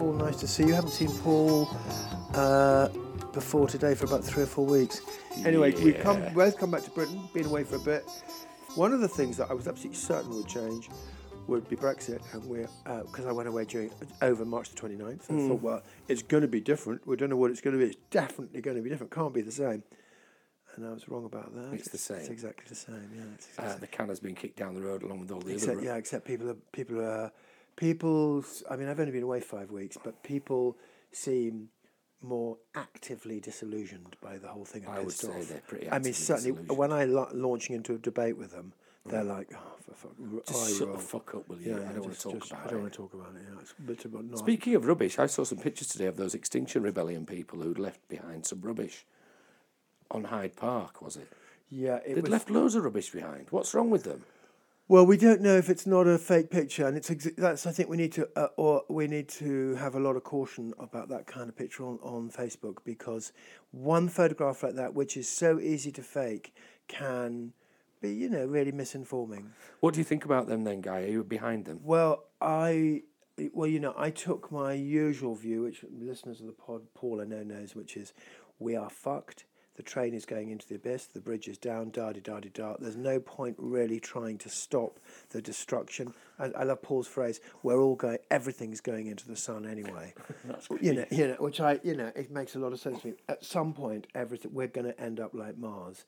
nice to see you. Haven't seen Paul uh, before today for about three or four weeks. Anyway, we've come, Yeah. both come back to Britain, been away for a bit. One of the things that I was absolutely certain would change would be Brexit, and we're because I went away during over March the 29th. And I Hmm. thought, well, it's going to be different. We don't know what it's going to be. It's definitely going to be different. Can't be the same. And I was wrong about that. It's the It's same. exactly the same. Yeah. It's exactly Uh, the canner's been kicked down the road along with all the Except other. yeah, except people are people are people. I mean, I've only been away five weeks, but people seem more actively disillusioned by the whole thing. and I would pissed say off. they're pretty I mean, actively certainly disillusioned. Mm. when I la- launching into a debate with them, they're like, "Oh, for fuck, Just eye shut roll." the fuck up, will you? I don't want just- to talk just- about I don't it. want to talk about it. Yeah, it's a bit about not. Speaking of rubbish, I saw some pictures today of those Extinction Rebellion people who'd left behind some rubbish on Hyde Park, was it? yeah, it They'd was. left loads of rubbish behind. What's wrong with them? Well, we don't know if it's not a fake picture, and it's ex- that's. I think we need to, uh, or we need to have a lot of caution about that kind of picture on, on Facebook because one photograph like that, which is so easy to fake, can be, you know, really misinforming. What do you think about them then, Guy? Are you behind them? Well, I well, you know, I took my usual view, which listeners of the pod, Paul I know knows, which is we are fucked. The train is going into the abyss. The bridge is down. Da di da di da. There's no point really trying to stop the destruction. I, I love Paul's phrase: "We're all going. Everything's going into the sun anyway." you know, you know, which I, you know, it makes a lot of sense to me. At some point, everything we're going to end up like Mars,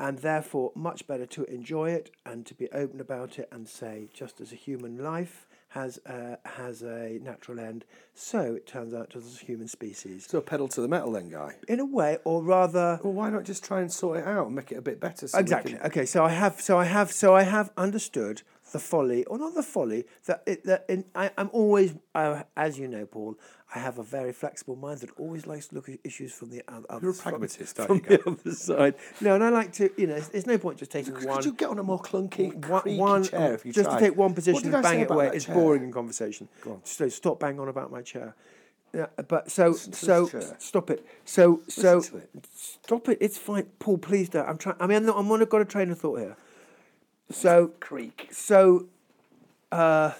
and therefore, much better to enjoy it and to be open about it and say, just as a human life has a, has a natural end, so it turns out does as a human species. So pedal to the metal then, Guy. In a way, or rather, Well, why not just try and sort it out and make it a bit better? So we exactly. can- Okay, so I have, so I have, so I have understood the folly, or not the folly that it, that in, I, I'm always, I, as you know, Paul, I have a very flexible mind that always likes to look at issues from the other. You're a from- pragmatist, aren't from you, Guy? the other side. No, and I like to, you know, there's- there's no point just taking one. Could you get on a more clunky, one, creaky one- chair if you just tried? to take one What position did and I say bang it about away. that It's chair? boring in conversation. So stop banging on about my chair. Yeah, but so so chair. stop it. So so to it. stop it. It's fine, Paul. Please don't. I'm trying. I mean, I'm, not, I'm on. I've got a train of thought here. So Creak. so uh,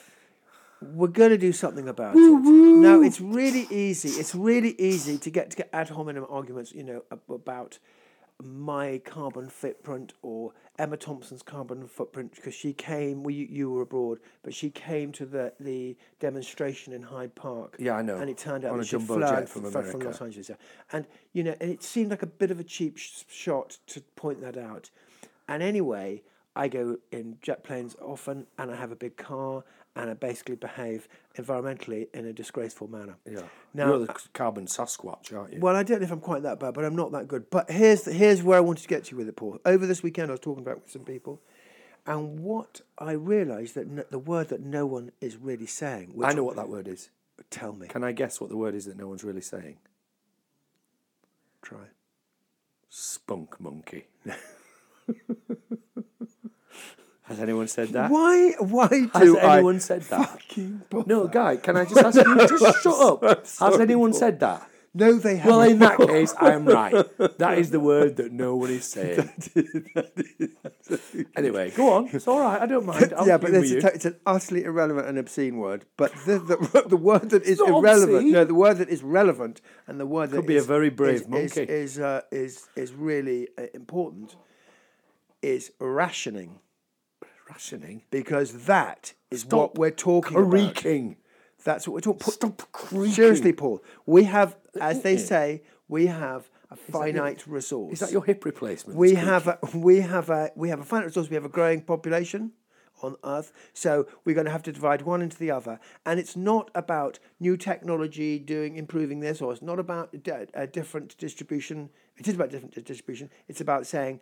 we're going to do something about it. Now it's really easy. It's really easy to get to get ad hominem arguments, you know, ab- about my carbon footprint or Emma Thompson's carbon footprint because she came. Well, you, you were abroad, but she came to the the demonstration in Hyde Park. Yeah, I know. And it turned out On that a she jumbo flown jet from f- from America. Los Angeles. Yeah. And you know, and it seemed like a bit of a cheap sh- shot to point that out. And anyway, I go in jet planes often, and I have a big car, and I basically behave environmentally in a disgraceful manner. Yeah. Now, You're the c- carbon Sasquatch, aren't you? well, I don't know if I'm quite that bad, but I'm not that good. But here's here's where I wanted to get to with it, Paul. Over this weekend, I was talking about it with some people, and what I realised that n the word that no one is really saying. Which I know what that word is. Tell me. Can I guess what the word is that no one's really saying? Try. Spunk monkey. Has anyone said that? Why? Why do Has I? anyone said that? fucking bother? No, guy. Can I just ask you? Just shut up. Has anyone said that? No, they Well, haven't. in that case, I'm right. That is the word that no one is saying. anyway, go on. It's all right. I don't mind. I'll yeah, but humour it's, you. a, it's an utterly irrelevant and obscene word. But the, the, the word that is not irrelevant, obscene. no, the word that is relevant, and the word that Could be a is- very brave is, is- monkey. is uh, is is really uh, important is rationing rationing. because that is what Stop we're talking about. Creaking. That's what we're talking. Stop creaking. Seriously, Paul, we have, as they Yeah. say, we have a finite resource. Is that your hip replacement? we Squeak? have a, we have a we have a finite resource. We have a growing population on Earth, so we're going to have to divide one into the other. And it's not about new technology doing improving this, or it's not about d- a different distribution. It is about different di- distribution. It's about saying,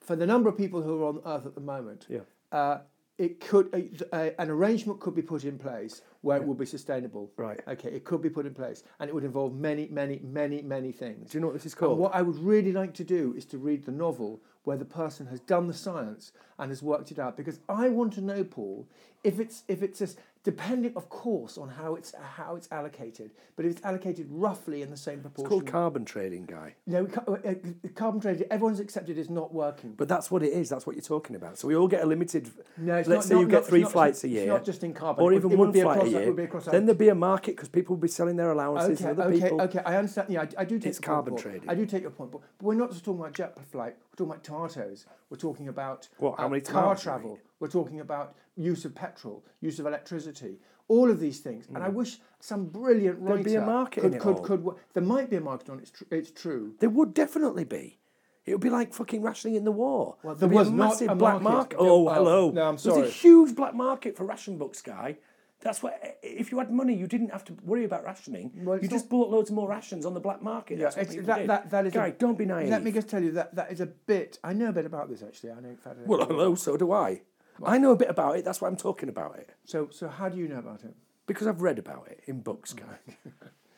for the number of people who are on Earth at the moment, Yeah. uh, it could a, a, an arrangement could be put in place where it will be sustainable. Right. Okay, it could be put in place, and it would involve many, many, many, many things. Do you know what this is And called? what I would really like to do is to read the novel where the person has done the science and has worked it out because I want to know, Paul, if it's if it's this depending, of course, on how it's how it's allocated. But if it's allocated roughly in the same It's proportion, called carbon trading, guy. no, ca- uh, uh, carbon trade. Everyone's accepted is not working. But that's what it is. That's what you're talking about. So we all get a limited. No, it's not- let's say you not- get not- three it's not- flights a it's year, not just in carbon. or It- even it one would be flight across- a it year. would be across then there'd be a market because people would be selling their allowances Okay, and other okay, people. okay. I understand. Yeah, I, I do take It's your point, carbon Paul. trading. I do take your point, but, but we're not just talking about jet flight. We're talking about tartos. We're talking about uh, What, how many car tomatoes you travel. We're talking about use of petrol, use of electricity. All of these things, and I wish some brilliant writer Mm. There'd be a market could in it could, all. could wo- there might be a market on it, it's, tr- it's true. There would definitely be. It would be like fucking rationing in the war. Well, there was not a black market. market. Oh, Yeah, oh, hello. no, I'm There's sorry. a huge black market for ration books, guy. That's what. eh, If you had money, you didn't have to worry about rationing. Well, it's you just bought loads more rations on the black market. That's what it's- people that, did. that, that is a- guy. don't be naive. Let me just tell you that that is a bit. I know a bit about this actually. I know. In fact, I know. Well, hello. So do I. I know a bit about it. That's why I'm talking about it so so how do you know about it? because I've read about it in books, guy.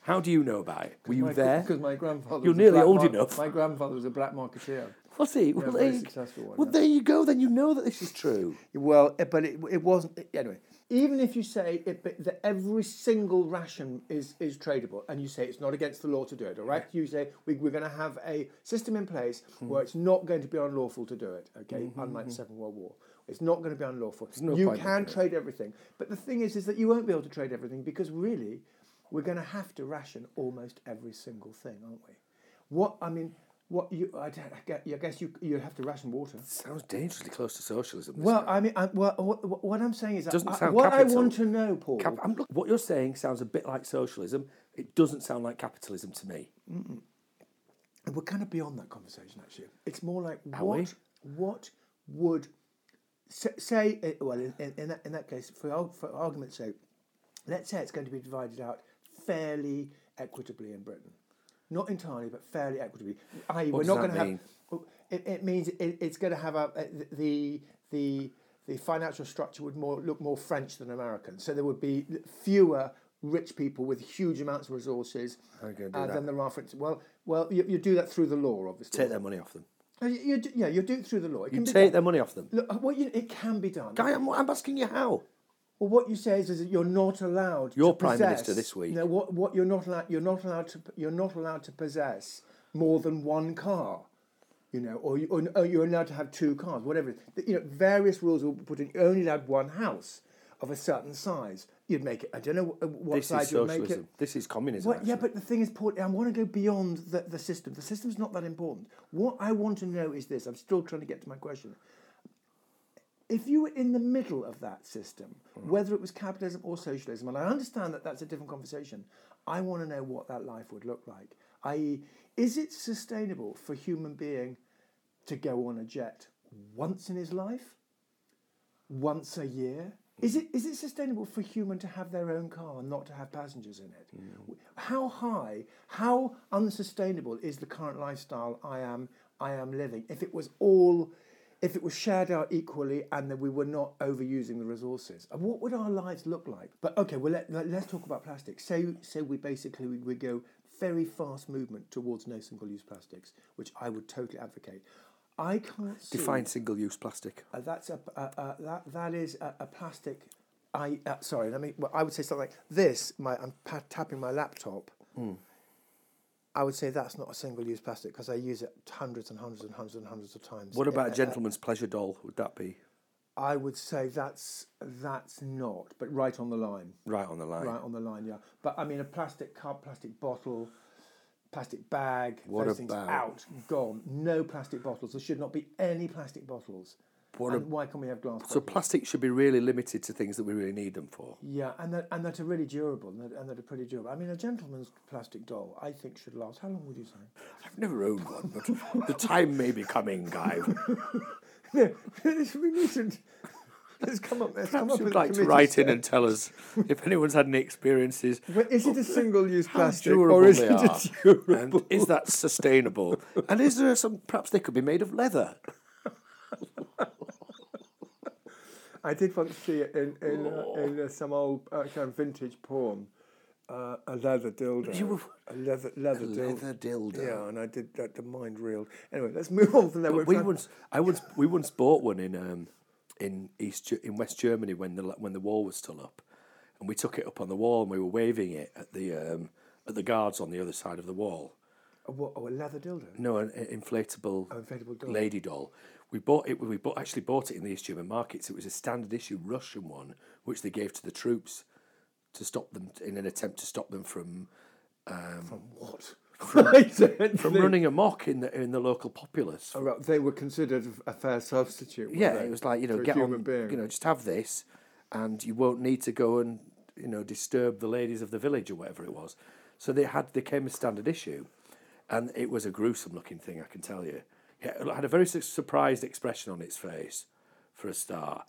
How do you know about it? Were you there? Because my grandfather. You're was a nearly black old mark- enough. My grandfather was a black marketeer. Was he? well, very there you- successful one, well yeah. there you go. Then you know that this is true. Well, it- but it, it wasn't. it- anyway, even if you say it, but that every single ration is, is tradable, and you say it's not against the law to do it, all right? You say we, we're going to have a system in place Hmm. where it's not going to be unlawful to do it, okay? Unlike the Second World War. It's not going to be unlawful. Mm-hmm, no you point in can doing it. trade everything. But the thing is, is that you won't be able to trade everything because really, we're going to have to ration almost every single thing, aren't we? What, I mean, what you, I, don't- I guess- I guess you, you have to ration water. Sounds dangerously close to socialism. this Well, guy. I mean, I, well, what, what I'm saying is, that Doesn't I- sound what I capital. want to know, Paul. Cap- I'm, look, what you're saying sounds a bit like socialism. It doesn't sound like capitalism to me. we're kind of beyond that conversation, actually. It's more like Are what we? what would say? say uh, well, in, in, in, that, in that case, for, arg- for argument's sake, let's say it's going to be divided out fairly equitably in Britain, not entirely, but fairly equitably. I.e., we're does not that going to have. Oh, mean? It, it means it, it's going to have a, a- the the the financial structure would more look more French than American. So there would be fewer rich people with huge amounts of resources How are you gonna do uh, that? than there are for instance. Well, well, you, you do that through the law, obviously. Take their money off them. Uh, You, you do, yeah, you do it through the law. It You be take done. their money off them. Look, uh, what you, it can be done. Guy, I'm, I'm asking you how. Well, what you say is, is that you're not allowed. Your to Prime possess, Minister this week. No, what, what you're not allowed. You're not allowed to. You're not allowed to possess more than one car. You know, or, you, or, or you're allowed to have two cars, whatever. it is. You know, various rules will be put in. You're only allowed one house of a certain size. You'd make it. I don't know wh- what This size is you'd make it. socialism. This is communism. Well, yeah, actually. but the thing is, Paul, I want to go beyond the, the system. The system's not that important. What I want to know is this I'm still trying to get to my question. If you were in the middle of that system, Mm. whether it was capitalism or socialism, and I understand that that's a different conversation, I want to know what that life would look like. I.e., is it sustainable for a human being to go on a jet once in his life? once a year? Is it, is it sustainable for a human to have their own car and not to have passengers in it? W- How high, how unsustainable is the current lifestyle I am, I am living? If it was all, if it was shared out equally and that we were not overusing the resources, And what would our lives look like? But okay, well, let, let, us talk about plastics. Say, say we basically, we, we go very fast movement towards no single-use plastics, which I would totally advocate. I can't see Define single use plastic. uh, that's a uh, uh, that that is a, a plastic. I uh, sorry. Let me. Well, I would say something like this. My I'm pa- tapping my laptop. Hmm. I would say that's not a single-use plastic because I use it hundreds and hundreds and hundreds and hundreds of times. What Uh, about a gentleman's pleasure doll? Would that be I would say that's that's not, but right on the line. right on the line? Right on the line. Yeah. But I mean, a plastic cup, plastic bottle. Plastic bag, What those things about- out, gone. No plastic bottles. There should not be any plastic bottles. What and why can we have glass? So plastic should be really limited to things that we really need them for. Yeah, and that and that are really durable and that, and that are pretty durable. I mean, a gentleman's plastic doll, I think, should last. How long would you say? I've never owned one, but the time may be coming, guy. It's- we needn't. Let's come up. Let's come Perhaps up you'd with like a to committee write in statement. and tell us if anyone's had any experiences Well, is it a single-use how plastic durable or is they it a are, and is that sustainable? and is there some? Perhaps they could be made of leather. I did once see it in in, Oh. uh, in uh, some old uh, kind of vintage porn, uh, a leather dildo, You were- a leather leather dildo. Leather dildo. Yeah, and I did that. The mind reeled. Anyway, let's move on from there. We're We trying- once, I once, we once bought one in um, in East Ge- in West Germany when the la- when the wall was still up, and we took it up on the wall and we were waving it at the um, at the guards on the other side of the wall. A, what, oh, a leather dildo? No, an an inflatable, inflatable doll. lady doll. We bought it. We bought, actually bought it in the East German markets. It was a standard issue Russian one, which they gave to the troops to stop them in an attempt to stop them from From what? Right. from running amok in the in the local populace. Oh, right. They were considered a fair substitute. were yeah, they, it was like you know for a get human on, being. you know, just have this, and you won't need to go and you know disturb the ladies of the village or whatever it was. So they had they came a standard issue, and it was a gruesome looking thing, I can tell you. Yeah, it had a very su- surprised expression on its face, for a start,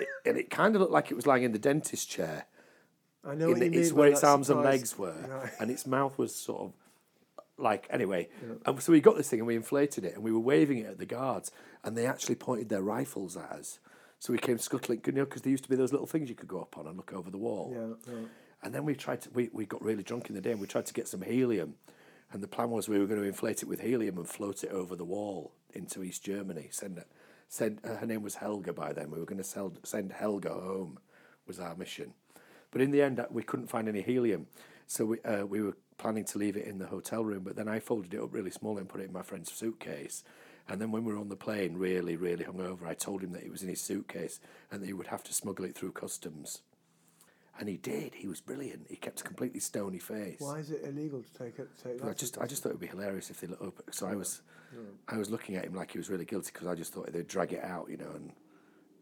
It- and it kind of looked like it was lying in the dentist chair. I know In what you the, mean. it's by where that its arms and surprise. legs were, Right. and its mouth was sort of like anyway. And so we got this thing and we inflated it, and we were waving it at the guards, and they actually pointed their rifles at us. So we came scuttling, you know, because there used to be those little things you could go up on and look over the wall. Yeah, yeah. And then we tried to, we, we got really drunk in the day and we tried to get some helium. And the plan was we were going to inflate it with helium and float it over the wall into East Germany. Send, send uh, Her name was Helga by then. We were going to sell, send Helga home, was our mission. But in the end, uh, we couldn't find any helium. So we, uh, we were planning to leave it in the hotel room. But then I folded it up really small and put it in my friend's suitcase. And then when we were on the plane, really, really hungover, I told him that it was in his suitcase and that he would have to smuggle it through customs. And he did. He was brilliant. He kept a completely stony face. Why is it illegal to take it? Take I that? just, I just thought it would be hilarious if they looked up. So I was, I was looking at him like he was really guilty because I just thought they'd drag it out, you know, and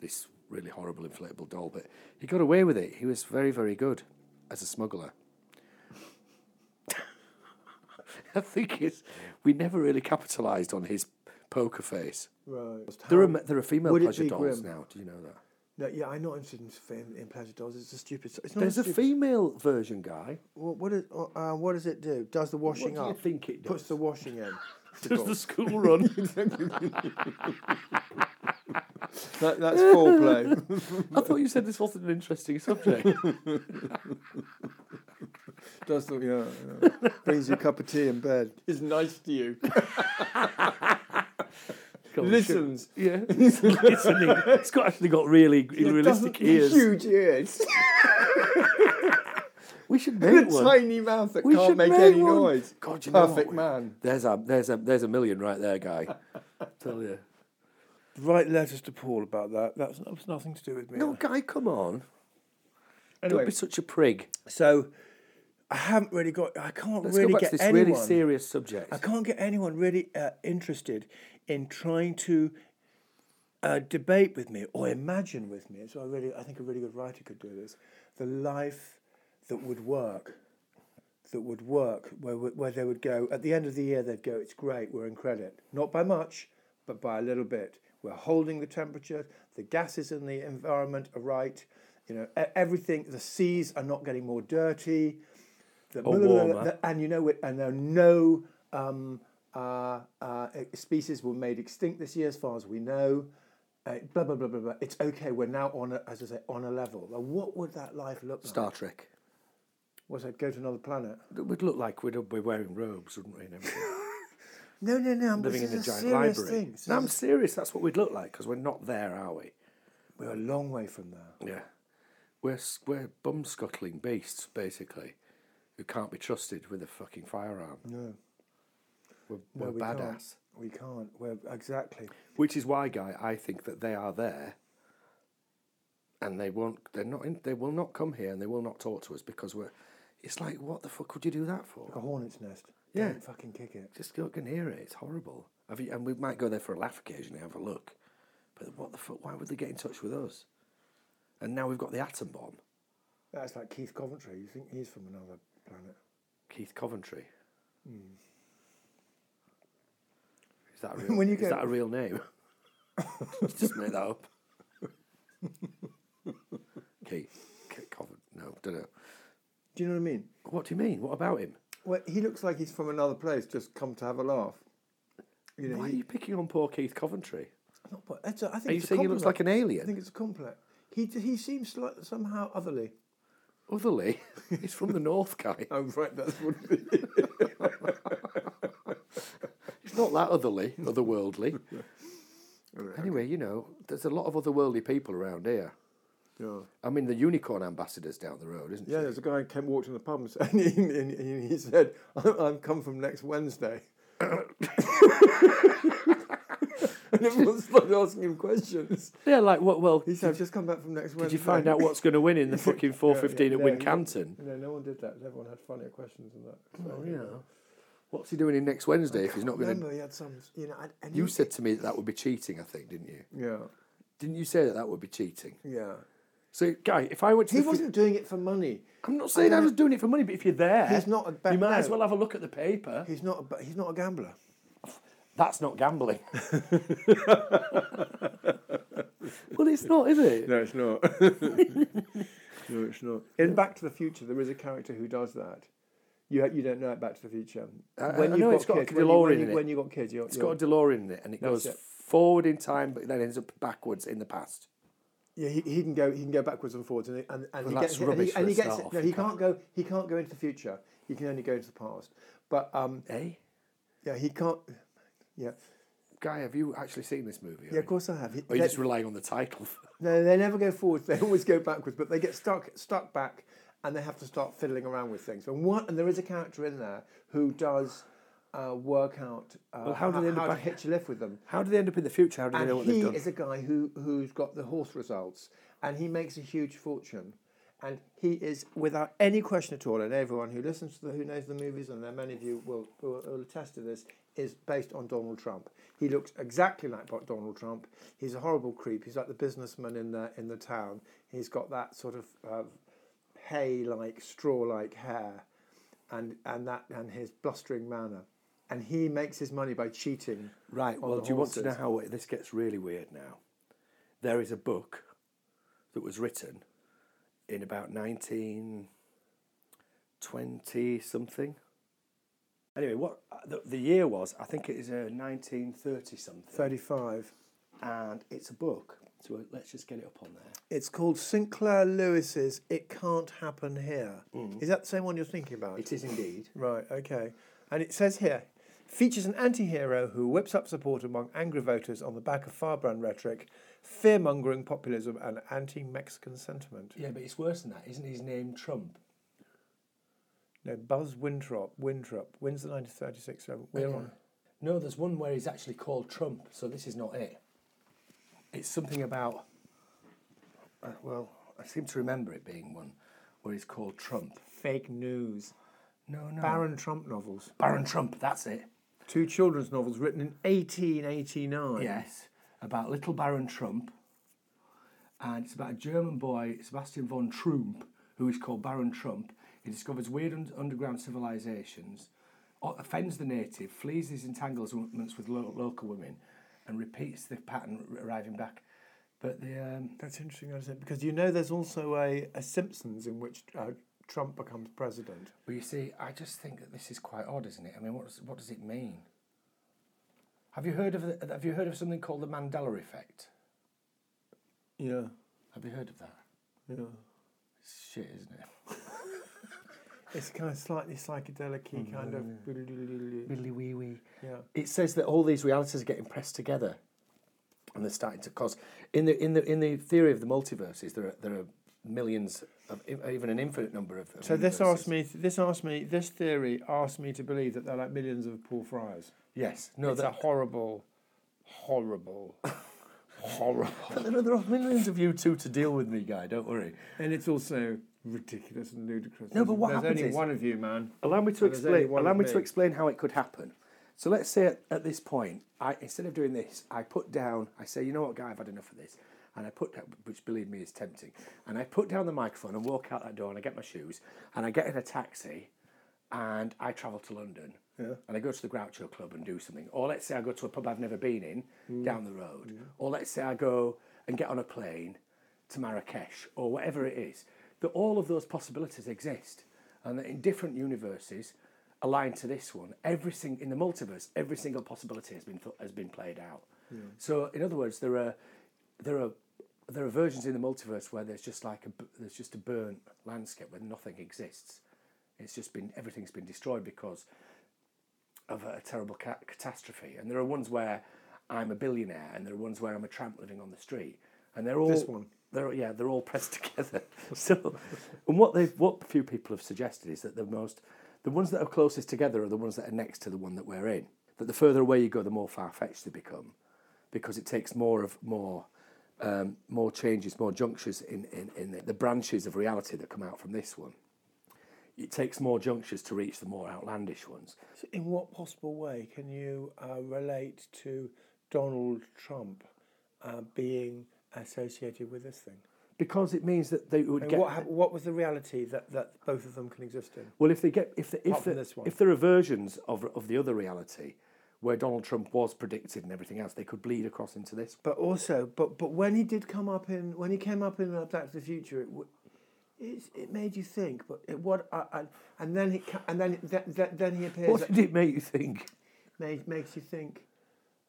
this really horrible inflatable doll. But he got away with it. He was very, very good as a smuggler. I think it's, we never really capitalised on his poker face. Right. There are, ma- there are female would it pleasure be dolls grim? now. Do you know that? No, yeah, I'm not interested in, fame, in pleasure dolls. It's a stupid. It's not There's a stupid, female version, guy. What, what, is, uh, what does it do? Does the What do washing you up? think it Puts does? the washing in. Does the school run? That, that's foreplay. I thought you said this wasn't an interesting subject. Does the, yeah, yeah. brings you a cup of tea in bed. Is nice to you. Listens. Yeah. It's listening. It's got, actually got really realistic ears. Huge ears. We should and make a one. tiny mouth that we can't should make, make any one. noise. God, you know what Perfect we- man. There's a there's a there's a million right there, guy. Tell you. Write letters to Paul about that. That's, that was nothing to do with me. No, guy, come on. Anyway. Don't be such a prig. So I haven't really got. I can't Let's really go back get to this anyone. really serious subject. I can't get anyone really uh, interested in trying to uh, debate with me or imagine with me. So I really, I think a really good writer could do this. The life that would work, that would work, where we- where they would go at the end of the year, they'd go, "It's great, we're in credit, not by much, but by a little bit. We're holding the temperature, the gases in the environment are right." You know, e- everything. The seas are not getting more dirty. The Or blah, blah, blah, warmer. blah, and you know it, and there are no um, uh, uh, species were made extinct this year, as far as we know. Uh, blah blah blah blah blah. It's okay. We're now on, a, as I say, on a level. Now, what would that life look like? Star Trek. Was it go to another planet? It would look like we'd all be wearing robes, wouldn't we? And everything. No, no, no. I'm Living this in a is giant serious library. thing. This No, I'm is- serious. That's what we'd look like because we're not there, are we? We're a long way from there. Yeah. We're, s- we're bum scuttling beasts, basically, who can't be trusted with a fucking firearm. No, We're, no, we're we Can't. badass. We can't. We're exactly. Which is why, Guy, I think that they are there and they won't, they're not in, they will not come here and they will not talk to us because we're, it's like, what the fuck would you do that A for? hornet's nest. Yeah. Don't fucking kick it. Just go and hear it. It's horrible. Have you, and we might go there for a laugh occasionally, have a look. But what the fuck, why would they get in touch with us? And now we've got the atom bomb. That's like Keith Coventry. You think he's from another planet? Keith Coventry. Hmm. Is that a real, When you is go- that a real name? Just made that up. Keith, Keith Coventry. No, don't know. Do you know what I mean? What do you mean? What about him? Well, he looks like he's from another place, just come to have a laugh. You know, Why are he, you picking on poor Keith Coventry? Not, but it's a, I think Are you it's a saying he looks compliment. like I an alien? think it's a complex. He d- he seems sli- somehow otherly. Otherly, he's from the north, guy. oh right, that's what it is. He's not that otherly, otherworldly. All right. Anyway, you know, there's a lot of otherworldly people around here. Yeah. I mean, the unicorn ambassador's down the road, isn't Yeah, she? there's a guy who came walked in the pub and, said, and, he, and he- and he said, "I'm I'm come from next Wednesday." and everyone started asking him questions. Yeah, like what? Well, He said, "I've just come back from next did Wednesday." you find out what's going to win in the fucking four fifteen uh, yeah, yeah, at yeah. Wincanton? No, no one did that. Everyone had funnier questions than that. So, yeah. What's he doing in next Wednesday if he's not going to? Oh, Remember, he had some. You know, and- and You he- said to me that, that would be cheating. I think didn't you? Yeah, Didn't you say that that would be cheating? yeah. So, guy, if I went to He the fu- wasn't doing it for money. I'm not saying I was doing it for money, but if you're there, He's not a ba- Eh? you might no. as well have a look at the paper. He's not. A, ba- he's not a gambler. That's not gambling. well, it's not, is it? No, it's not. no, it's not. In Back to the Future, there is a character who does that. You ha- you don't know it Back to the Future. I- Uh, I know it's got a when, you, when, DeLorean you, in it. when you got kids, you're, It's you're, got a DeLorean in it, and it That's goes it. forward in time, but then ends up backwards in the past. yeah, he, he can go he can go backwards and forwards, and he- and, and he that's gets it, rubbish for and he, and he a gets start it. off, No, you he can't go he can't go into the future. He can only go into the past. But um, Eh? yeah, he can't. Yeah, Guy, have you actually seen this movie? yeah. Of course, I have. He- Or are Oh, you they- just relying on the title? no, they never go forwards. They always go backwards, but they get stuck stuck back, and they have to start fiddling around with things. And one and there is a character in there who does uh, work out uh, Well, how do they end how up to back- hitch a lift with them. How do they end up in the future? How do they know And what they've he done? is a guy who who's got the horse results, and he makes a huge fortune. And he is, without any question at all, and everyone who listens to the, who knows the movies, and there are many of you will, will, will attest to this, is based on Donald Trump. He looks exactly like Bo- Donald Trump. He's a horrible creep. He's like the businessman in the in the town. He's got that sort of uh, hay-like, straw-like hair, and and that and his blustering manner. And he makes his money by cheating. Right. on Well, the do you want to know horses. how this gets really weird now? There is a book that was written in about 1920 something. Anyway, what uh, the, the year was, I think it is a 1930 something. Thirty-five. And it's a book. So let's just get it up on there. It's called Sinclair Lewis's It Can't Happen Here. Is that the same one you're thinking about? It is indeed. Right, okay. And it says here features an anti hero who whips up support among angry voters on the back of firebrand rhetoric, fearmongering populism, and anti Mexican sentiment. Yeah, but it's worse than that. Isn't his name Trump? No, Buzz Winthrop, Winthrop, wins the 1936. so We're on. No, there's one where he's actually called Trump, so this is not it. It's something about. Uh, well, I seem to remember it being one where he's called Trump. Fake news. No, no. Baron Trump novels. Baron Trump, that's it. Two children's novels written in 1889. Yes, about little Baron Trump. And it's about a German boy, Sebastian von Trump, who is called Baron Trump. He discovers weird un- underground civilizations, o- offends the native, flees his entanglements with lo- local women, and repeats the pattern r- arriving back. But the um, That's interesting, isn't it? Because you know there's also a, a Simpsons in which uh, Trump becomes president. but you see, I just think that this is quite odd, isn't it? I mean, what does, what does it mean? Have you heard of the, Have you heard of something called the Mandela effect? Yeah, Have you heard of that? yeah. It's shit, isn't it? It's kind of slightly psychedelic kind of. Billy wee wee. Yeah. It says that all these realities are getting pressed together, and they're starting to cause. In the in the in the theory of the multiverses, there are there are millions of e, even an infinite number of. of So this universes. asked me. This asked me. This theory asked me to believe that they're like millions of poor friars. Yes. No, No. it's a That, horrible, horrible, horrible. but there are, there are millions of you two to deal with me, guy. Don't worry. And it's also ridiculous and ludicrous. No, but There's- what there's happens only is- one of you, man. Allow me to And there's only explain. one Allow of me to me. explain how it could happen. So let's say at, at this point, I instead of doing this, I put down. I say, you know what, guy, I've had enough of this, and I put down, which believe me is tempting, and I put down the microphone and walk out that door and I get my shoes and I get in a taxi, and I travel to London. And I go to the Groucho Club and do something. Or let's say I go to a pub I've never been in Mm. down the road. Or let's say I go and get on a plane to Marrakesh or whatever it is, that all of those possibilities exist and that in different universes aligned to this one, every sing- in the multiverse, every single possibility has been, th- has been played out. So, in other words, there are, there, are, there are versions in the multiverse where there's just like a, b- there's just a burnt landscape where nothing exists. It's just been, everything's been destroyed because of a terrible ca- catastrophe. And there are ones where I'm a billionaire, and there are ones where I'm a tramp living on the street, and they're all This one. They're yeah, they're all pressed together. so, and what they what few people have suggested is that the most the ones that are closest together are the ones that are next to the one that we're in. That the further away you go, the more far fetched they become, because it takes more of more. Um, more changes, more junctures in, in, in the- the branches of reality that come out from this one. It takes more junctures to reach the more outlandish ones. So in what possible way can you uh, relate to Donald Trump uh, being associated with this thing? because it means that they would I mean, get. what, hap- what was the reality that, that both of them can exist in? well, if they get if the, if Apart from the, this one. if there are versions of of the other reality, where Donald Trump was predicted and everything else, they could bleed across into this. But also, but but when he did come up in when he came up in uh, Back to the Future, it w- it, it made you think. But it, what I, I, and then it ca- and then it- th- th- then he appears. What did it make you think? made, makes you think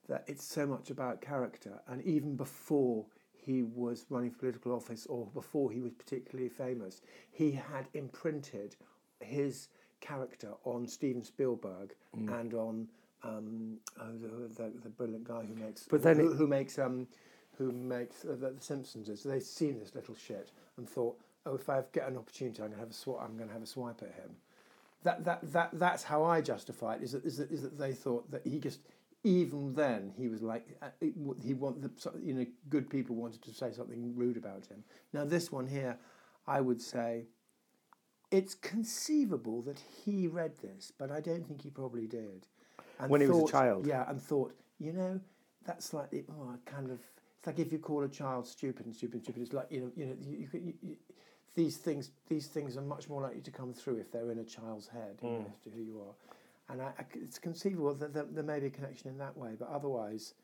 that it's so much about character. And even before he was running for political office or before he was particularly famous, he had imprinted his character on Steven Spielberg Mm. and on um, oh, the, the, the brilliant guy who makes But then who, it- who makes um, who makes uh, the, the Simpsons. Is they've seen this little shit and thought, oh, if I get an opportunity, I'm gonna have a sw- I'm gonna have a swipe at him that, that, that that's how I justify it is that, is that is that they thought that he just even then he was like uh, it w- he want the, so- you know good people wanted to say something rude about him. Now this one here, I would say, it's conceivable that he read this, but I don't think he probably did. And When he was a child. yeah, and thought you know that's like it, oh, I kind of it's like if you call a child stupid and stupid and stupid, it's like you know you know you, you, could- you, you these things these things are much more likely to come through if they're in a child's head you Mm. know, as to who you are and I, I c- it's conceivable that there, there may be a connection in that way but otherwise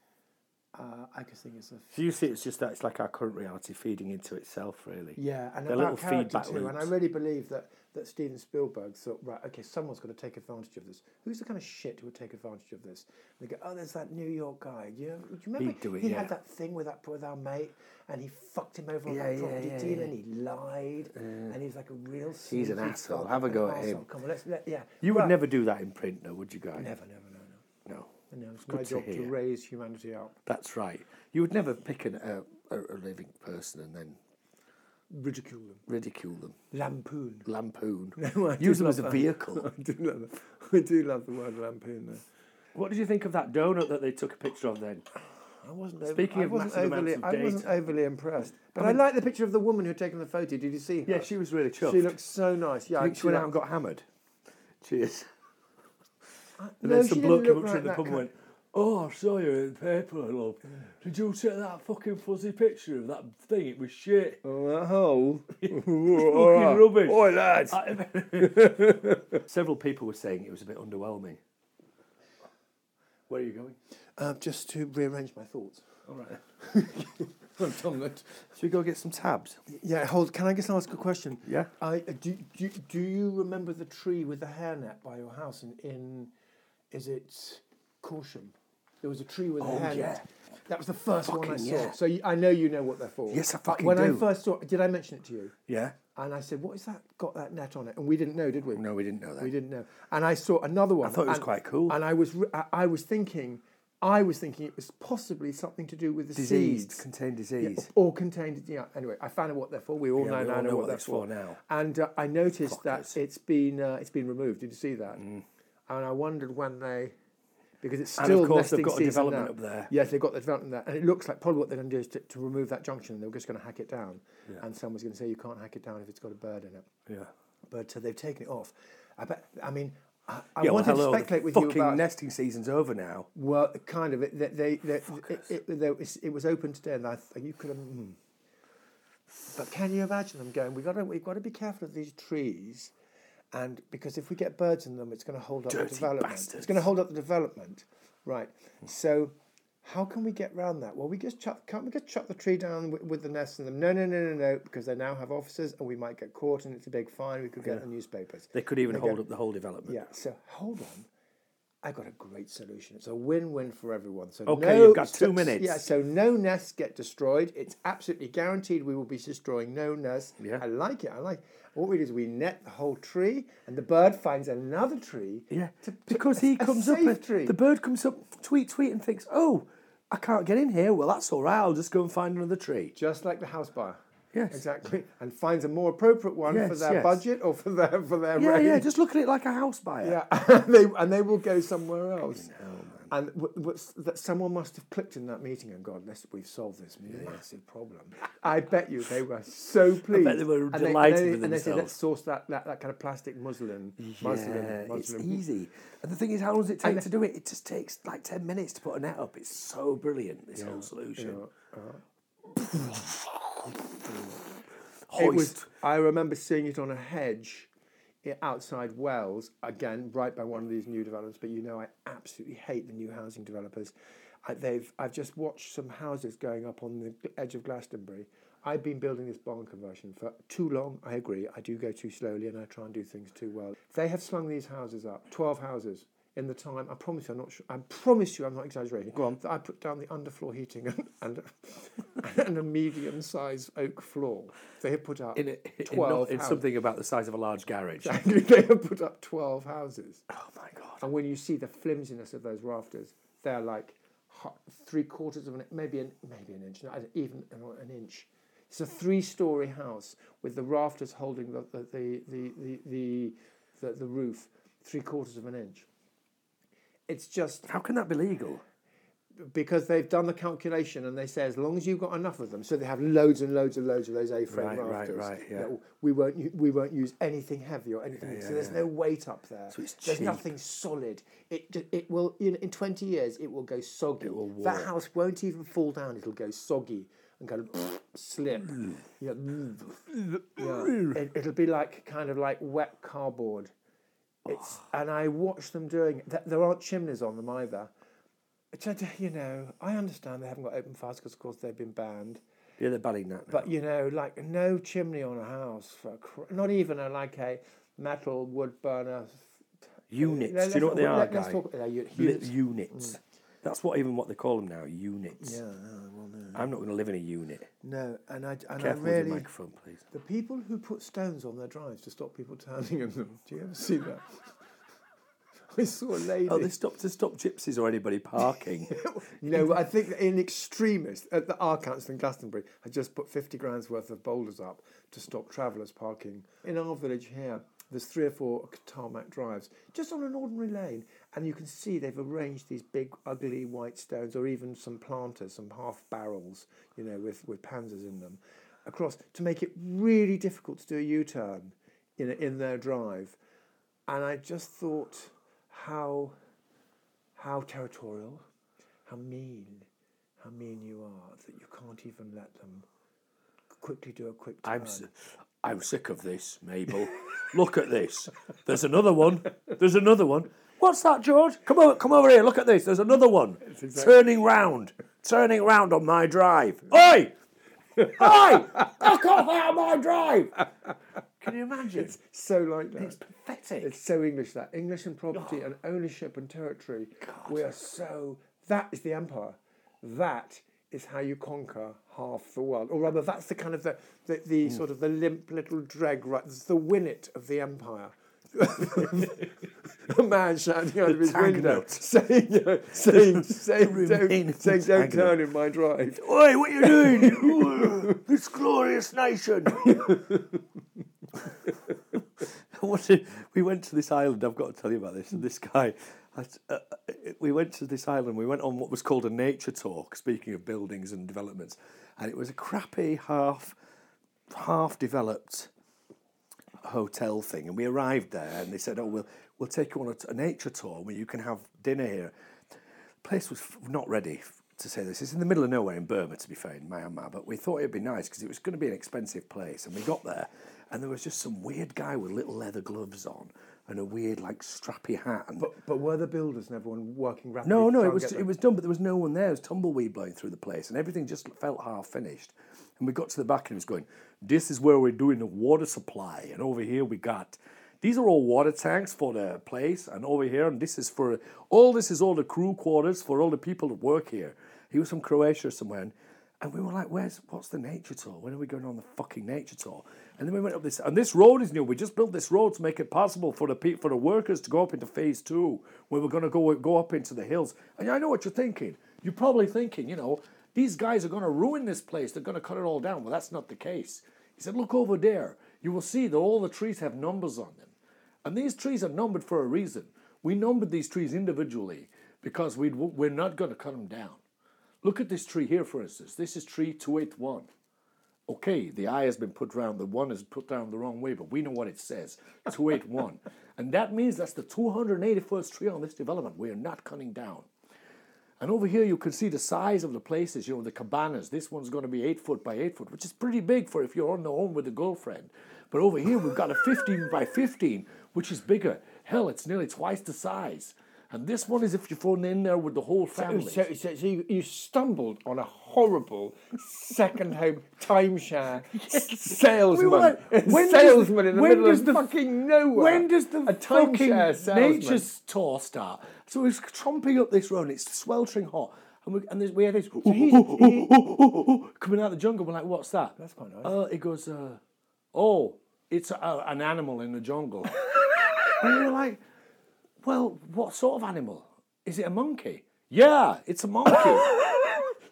uh, I just think it's a So you see, it's just that it's like our current reality feeding into itself, really. yeah and They're about little character feedback too and I loops. really believe that that Steven Spielberg thought right okay someone's got to take advantage of this who's the kind of shit who would take advantage of this and they go oh there's that New York guy do you, know, do you remember He'd do it, he yeah. had that thing with that with our mate and he fucked him over on Yeah, that yeah, property yeah, deal yeah. and he lied and he's like a real He's an sneaky asshole. fuck, Have a an go at asshole. him. come on let's let, yeah You would Right. never do that in print, though, would you, guys? Never, never, no, no. No. No, it's good my to job to, hear. raise humanity up, That's right. You would never pick an, a, a, a living person and then ridicule them, ridicule them, lampoon. lampoon, I use do them as love a that. vehicle. I do love, the, I do love the word lampoon. Though. what did you think of that donut that they took a picture of then? I wasn't. ov- Speaking I of wasn't massive amounts overly, of I wasn't data. overly impressed, but I, I mean- like the picture of the woman who'd taken the photo. Did you see her? Yeah, she was really chuffed. She looked so nice. Yeah, I think she went like- out and got hammered. Cheers. And No, then she some didn't bloke look came up to her like in the that pub and kind- went, Oh, I saw you in the paper, love. Did you take that fucking fuzzy picture of that thing? It was shit. Oh, that hole. fucking rubbish. Oi, lads. Several people were saying it was a bit underwhelming. Where are you going? Uh, just to rearrange my thoughts. All right. I've done that. Should we go get some tabs? Yeah, hold. Can I just ask a question? Yeah. I uh, do, do. Do you remember the tree with the hairnet by your house in, in is it Corsham? There was a tree with Oh, a hairnet. yeah. That was the first one I Fucking saw. yeah. So you, I know you know what they're for. Yes, I But fucking when I do. first saw, it, did I mention it to you? Yeah. And I said, "What is that? Got that net on it?" And we didn't know, did we? No, we didn't know that. We didn't know. And I saw another one. thought it was and- quite cool. And I was, re- I- I was thinking, I was thinking it was possibly something to do with the Diseased, seeds. contained Yeah, disease. or contained. Yeah. Anyway, I found out what they're for. We all Yeah, know we now all know know what, what they're it's for now. And uh, I noticed Fuckers. Mm. that it's been uh, it's been removed. Did you see that? And I wondered when they, because it's And still of course they've nesting got a season development now. up there. Yes, they've got the development there, and it looks like probably what they're going to do is to, to remove that junction, and they're just going to hack it down. And someone's going to say you can't hack it down if it's got a bird in it Yeah. but uh, they've taken it off. I bet. I mean, I, I Yeah, well, wanted hello. to the speculate with you fucking about nesting season's over now. well, kind of. It, they, they, they, it, it, they, it's- it was open today, and I th- you could have. Mm. But can you imagine them going? We got to we've got to be careful of these trees, and because if we get birds in them, it's going to hold up Dirty the development. It's going to bastards. Hmm. hold up the development, right? So. How can we get round that? Well, we just chuck, can't we just chuck the tree down with, with the nests in them? No, no, no, no, no, because they now have offices, and we might get caught, and it's a big fine. We could get the newspapers. They could even They go- hold up the whole development. Yeah. So hold on. I got a great solution. It's a win-win for everyone. So Okay, no, you've got so- two minutes. Yeah. So no nests get destroyed. It's absolutely guaranteed we will be destroying no nests. Yeah. I like it. I like. It. What we do is we net the whole tree, and the bird finds another tree. Yeah, To, because a- he a comes up, safe and tree. the bird comes up, tweet, tweet, and thinks, "Oh, I can't get in here. Well, that's all right. I'll just go and find another tree. just like the house buyer. Yes. Exactly. And finds a more appropriate one for Yes, their yes. budget or for their for their Yeah, rate. yeah. Just look at it like a house buyer. Yeah, and they and they will go somewhere else. and w- what's, that someone must have clicked in that meeting and gone, "Let's we've solved this massive problem." I bet you they were so pleased. they were and and delighted they, with and they said, "Let's source themselves." that, that, that kind of plastic muslin, muslin, Yeah, it's muslin." easy. And the thing is, how long does it take to do it? It just takes like 10 minutes to put a net up. It's so brilliant, this whole solution. Hoist. It was. I remember seeing it on a hedge i- outside Wells, again, right by one of these new developments. But you know, I absolutely hate the new housing developers. I, they've. I've just watched some houses going up on the g- edge of Glastonbury. I've been building this barn conversion for too long. I agree. I do go too slowly, and I try and do things too well. They have slung these houses up. Twelve houses. In the time, I promise you, I'm not. Sure, I promise you, I'm not exaggerating. Go on. That I put down the underfloor heating and and, and a medium-sized oak floor. They have put up in, a, in, 12 not, in houses. something about the size of a large garage. oh they have put up 12 houses. my God. And when you see the flimsiness of those rafters, they're like ho- three quarters of an maybe an maybe an inch, not even an inch. It's a three-story house with the rafters holding the the the the the, the, the, the roof three quarters of an inch. It's just How can that be legal? because they've done the calculation and they say as long as you've got enough of them, so they have loads and loads and loads of those A-frame Right, right, rafters. right, yeah. that we won't u- we won't use anything heavy or anything. so there's no weight up there. So it's there's cheap. nothing solid. It ju- it will you know, in 20 years it will go soggy. will that warp. house won't even fall down. It'll go soggy and kind of slip. Mm. yeah, mm. yeah. It, it'll be like kind of like wet cardboard. It's, Ah. and I watch them doing it. Th- There aren't chimneys on them either. Which I d- You know, I understand they haven't got open fires because, of course, they've been banned. Yeah, they're banning that. Now. But you know, like no chimney on a house for cr- not even a, like a metal wood burner. uh, units. Let- Do you let's know what they not- are, let- guy? let's talk- yeah, you- Li- units. units. Mm. That's what even what they call them now. Units. Yeah, no, well, no. I'm not going to live in a unit. No, and I and Careful I with your really microphone, please. the people who put stones on their drives to stop people turning in them. Do you ever see that? I saw a lady. Oh, they stopped to stop gypsies or anybody parking. No, but I think that in extremist at the our council in Glastonbury had just put fifty grand's worth of boulders up to stop travellers parking. In our village here, there's three or four tarmac drives just on an ordinary lane, and you can see they've arranged these big, ugly white stones, or even some planters, some half barrels, you know, with with panzers in them, across to make it really difficult to do a U-turn in in their drive. And I just thought how how territorial, how mean, how mean you are that you can't even let them quickly do a quick turn. I'm, si- I'm sick of this, Mabel. look at this. There's another one. There's another one. What's that, George? Come over, come over here. Look at this. There's another one. Turning round. Turning round on my drive. Oi! Oi! Knock off out of my drive! Can you imagine? It's so like that. It's, pathetic. so English that English and property and ownership and territory. We are so that is the empire. That is how you conquer half the world, or rather, that's the kind of the the, the sort of the limp little dreg, right? It's the winnet of the empire. a man shouting out of his tag window, note. saying, you know, saying, saying, remaining don't, saying, don't tag note. turn in my drive. Oi, what are you doing? this glorious nation. what a- we went to this island, I've got to tell you about this. And this guy, I, uh, we went to this island, we went on what was called a nature talk, speaking of buildings and developments. And it was a crappy, half half developed hotel thing, and we arrived there, and they said, "Oh, we'll we'll take you on a, t- a nature tour where you can have dinner here." place was f- not ready f- to say this. It's in the middle of nowhere in Burma, to be fair, in Myanmar. But we thought it'd be nice because it was going to be an expensive place, and we got there, and there was just some weird guy with little leather gloves on and a weird like strappy hat and. But, but were the builders and everyone working rapidly? no, to no, try it and was get it them? was done, but there was no one there. There was tumbleweed blowing through the place, and everything just felt half finished. And we got to the back, and it was going, "This is where we're doing the water supply, and over here we got these are all water tanks for the place, and over here, and this is for all this is all the crew quarters for all the people that work here." He was from Croatia or somewhere, and, and we were like, "Where's what's the nature tour? When are we going on the fucking nature tour?" And then we went up this, and this road is new. We just built this road to make it possible for the pe- for the workers to go up into phase two, where we're going to go go up into the hills. And I know what you're thinking. You're probably thinking, you know, these guys are going to ruin this place. They're going to cut it all down. Well, that's not the case. He said, look over there. You will see that all the trees have numbers on them. And these trees are numbered for a reason. We numbered these trees individually because we'd, we're not going to cut them down. Look at this tree here, for instance. This is tree 281. Okay, the I has been put round, the 1 is put down the wrong way, but we know what it says 281. and that means that's the 281st tree on this development. We are not cutting down. And over here, you can see the size of the places, you know, the cabanas. This one's going to be 8 foot by 8 foot, which is pretty big for if you're on the home with a girlfriend. But over here, we've got a 15 by 15, which is bigger. Hell, it's nearly twice the size. And this one is if you're thrown in there with the whole family. So, so, so you, you stumbled on a horrible second home timeshare salesman. We were like, when does- salesman in the when middle does of the- fucking nowhere. When does the a fucking timeshare salesman? nature tour start? So he's tromping up this road and it's sweltering hot. And we, and there's, we hear this coming out of the jungle. We're like, what's that? That's quite nice. Uh, it goes, uh, oh, it's a, an animal in the jungle. and we were like, well, what sort of animal? Is it a monkey? Yeah, it's a monkey.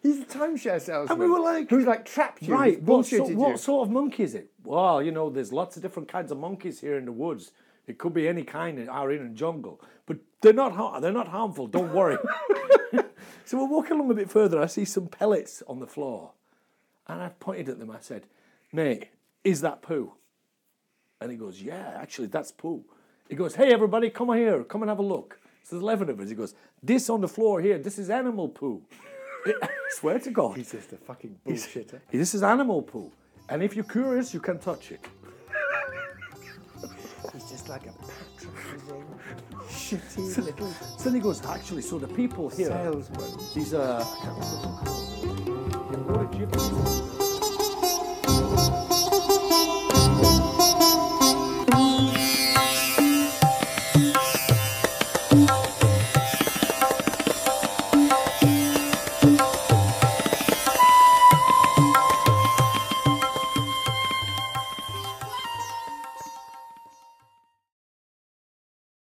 He's a timeshare salesman. we were like- who's like trapped you, Right, what, so, bullshitted you. what sort of monkey is it? Well, you know, there's lots of different kinds of monkeys here in the woods. It could be any kind in our in jungle, but they're not har- they're not harmful. Don't worry. so we're walking along a bit further. I see some pellets on the floor, and I pointed at them. I said, "Mate, is that poo?" And he goes, Yeah, actually, that's poo. He goes, Hey, everybody, come here, come and have a look. So there's 11 of us. He goes, This on the floor here, this is animal poo. I swear to God. He's just a fucking bullshitter. This is animal poo. And if you're curious, you can touch it. He's just like a patronising, shitty little So then he goes, Actually, so the people here, salesman. these are. Uh, I can't remember what they're called. They're more Egyptian.